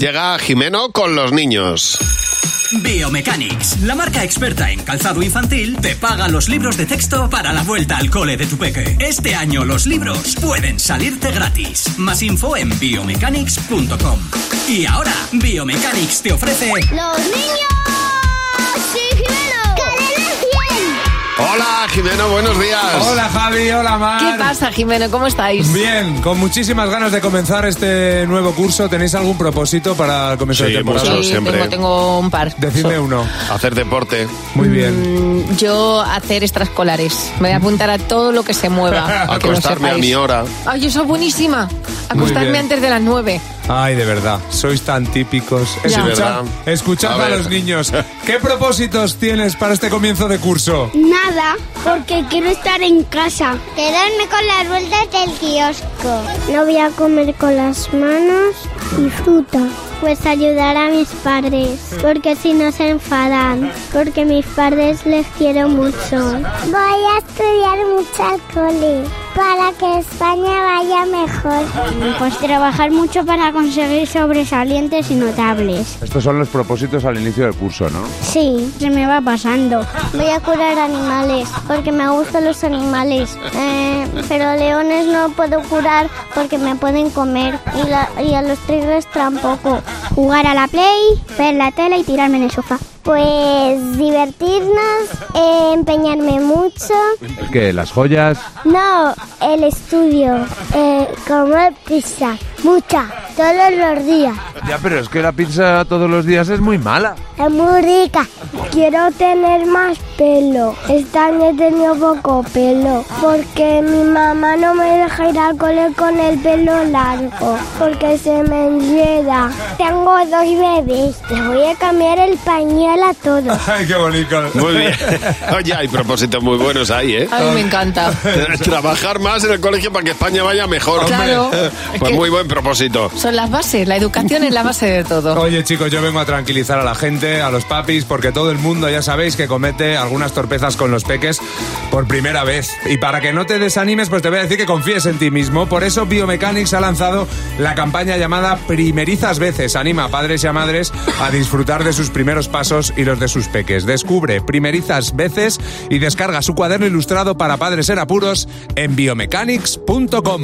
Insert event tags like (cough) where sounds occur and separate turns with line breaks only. Llega Jimeno con los niños.
Biomechanics, la marca experta en calzado infantil, te paga los libros de texto para la vuelta al cole de tu peque. Este año los libros pueden salirte gratis. Más info en biomechanics.com. Y ahora, Biomechanics te ofrece...
¡Los niños! ¡Sí, Jimeno!
Hola Jimeno, buenos días.
Hola Javi, hola Mar.
¿Qué pasa, Jimeno? ¿Cómo estáis?
Bien, con muchísimas ganas de comenzar este nuevo curso. ¿Tenéis algún propósito para el comienzo
Sí,
de temporada?
muchos.
Sí,
siempre.
tengo, tengo un par.
Decidme uno.
Hacer deporte.
Muy bien.
Mm, Yo hacer extraescolares. Me voy a apuntar a todo lo que
(laughs)
se mueva. Ah, que lo
Acostarme a
sepáis.
mi hora.
Ay, yo soy buenísima.
Muy
Acostarme
bien.
antes de las nueve.
Ay, de verdad, sois tan típicos.
Ya. Sí,
Escuchad,
¿verdad?
escuchad
A
a,
ver. (laughs)
los niños. ¿Qué propósitos tienes para este comienzo de curso?
Nada, porque quiero estar en casa. Quedarme con las vueltas del kiosco. No voy a comer con las manos y fruta. Pues ayudar a mis padres, porque si no se enfadan, porque mis padres les quiero mucho. Voy a estudiar mucho al cole, para que España vaya mejor. Pues trabajar mucho para conseguir sobresalientes y notables.
Estos son los propósitos al inicio del curso, ¿no?
Sí, se me va pasando. Voy a curar animales porque me gustan los animales. Eh, pero leones no puedo curar porque me pueden comer. Y, la- y a los tigres tampoco. Jugar a la play, ver la tele y tirarme en el sofá. Pues divertirnos, empeñarme mucho.
¿El qué? ¿Las joyas?
No, el estudio. eh, comer pizza, mucha, todos los días.
Ya, pero es que la pizza todos los días es muy mala.
Es muy rica. Quiero tener más pelo. Este año he tenido poco pelo. Porque mi mamá no me deja ir al cole con el pelo largo. Porque se me enreda. Tengo dos bebés. Les voy a cambiar el pañal a todos.
Ay, qué bonito.
Muy bien. (laughs) Oye, hay propósitos muy buenos ahí, ¿eh?
A mí me encanta.
Trabajar más en el colegio para que España vaya mejor.
Claro. Es
Pues
que
muy buen propósito.
Son las bases. La educación es la base de todo.
Oye chicos, yo vengo a tranquilizar a la gente, a los papis, porque todo el mundo ya sabéis que comete algunas torpezas con los peques por primera vez. Y para que no te desanimes, pues te voy a decir que confíes en ti mismo. Por eso Biomechanics ha lanzado la campaña llamada Primerizas veces. Anima a padres y a madres a disfrutar de sus primeros pasos y los de sus peques. Descubre Primerizas veces y descarga su cuaderno ilustrado para padres en apuros en biomechanics.com.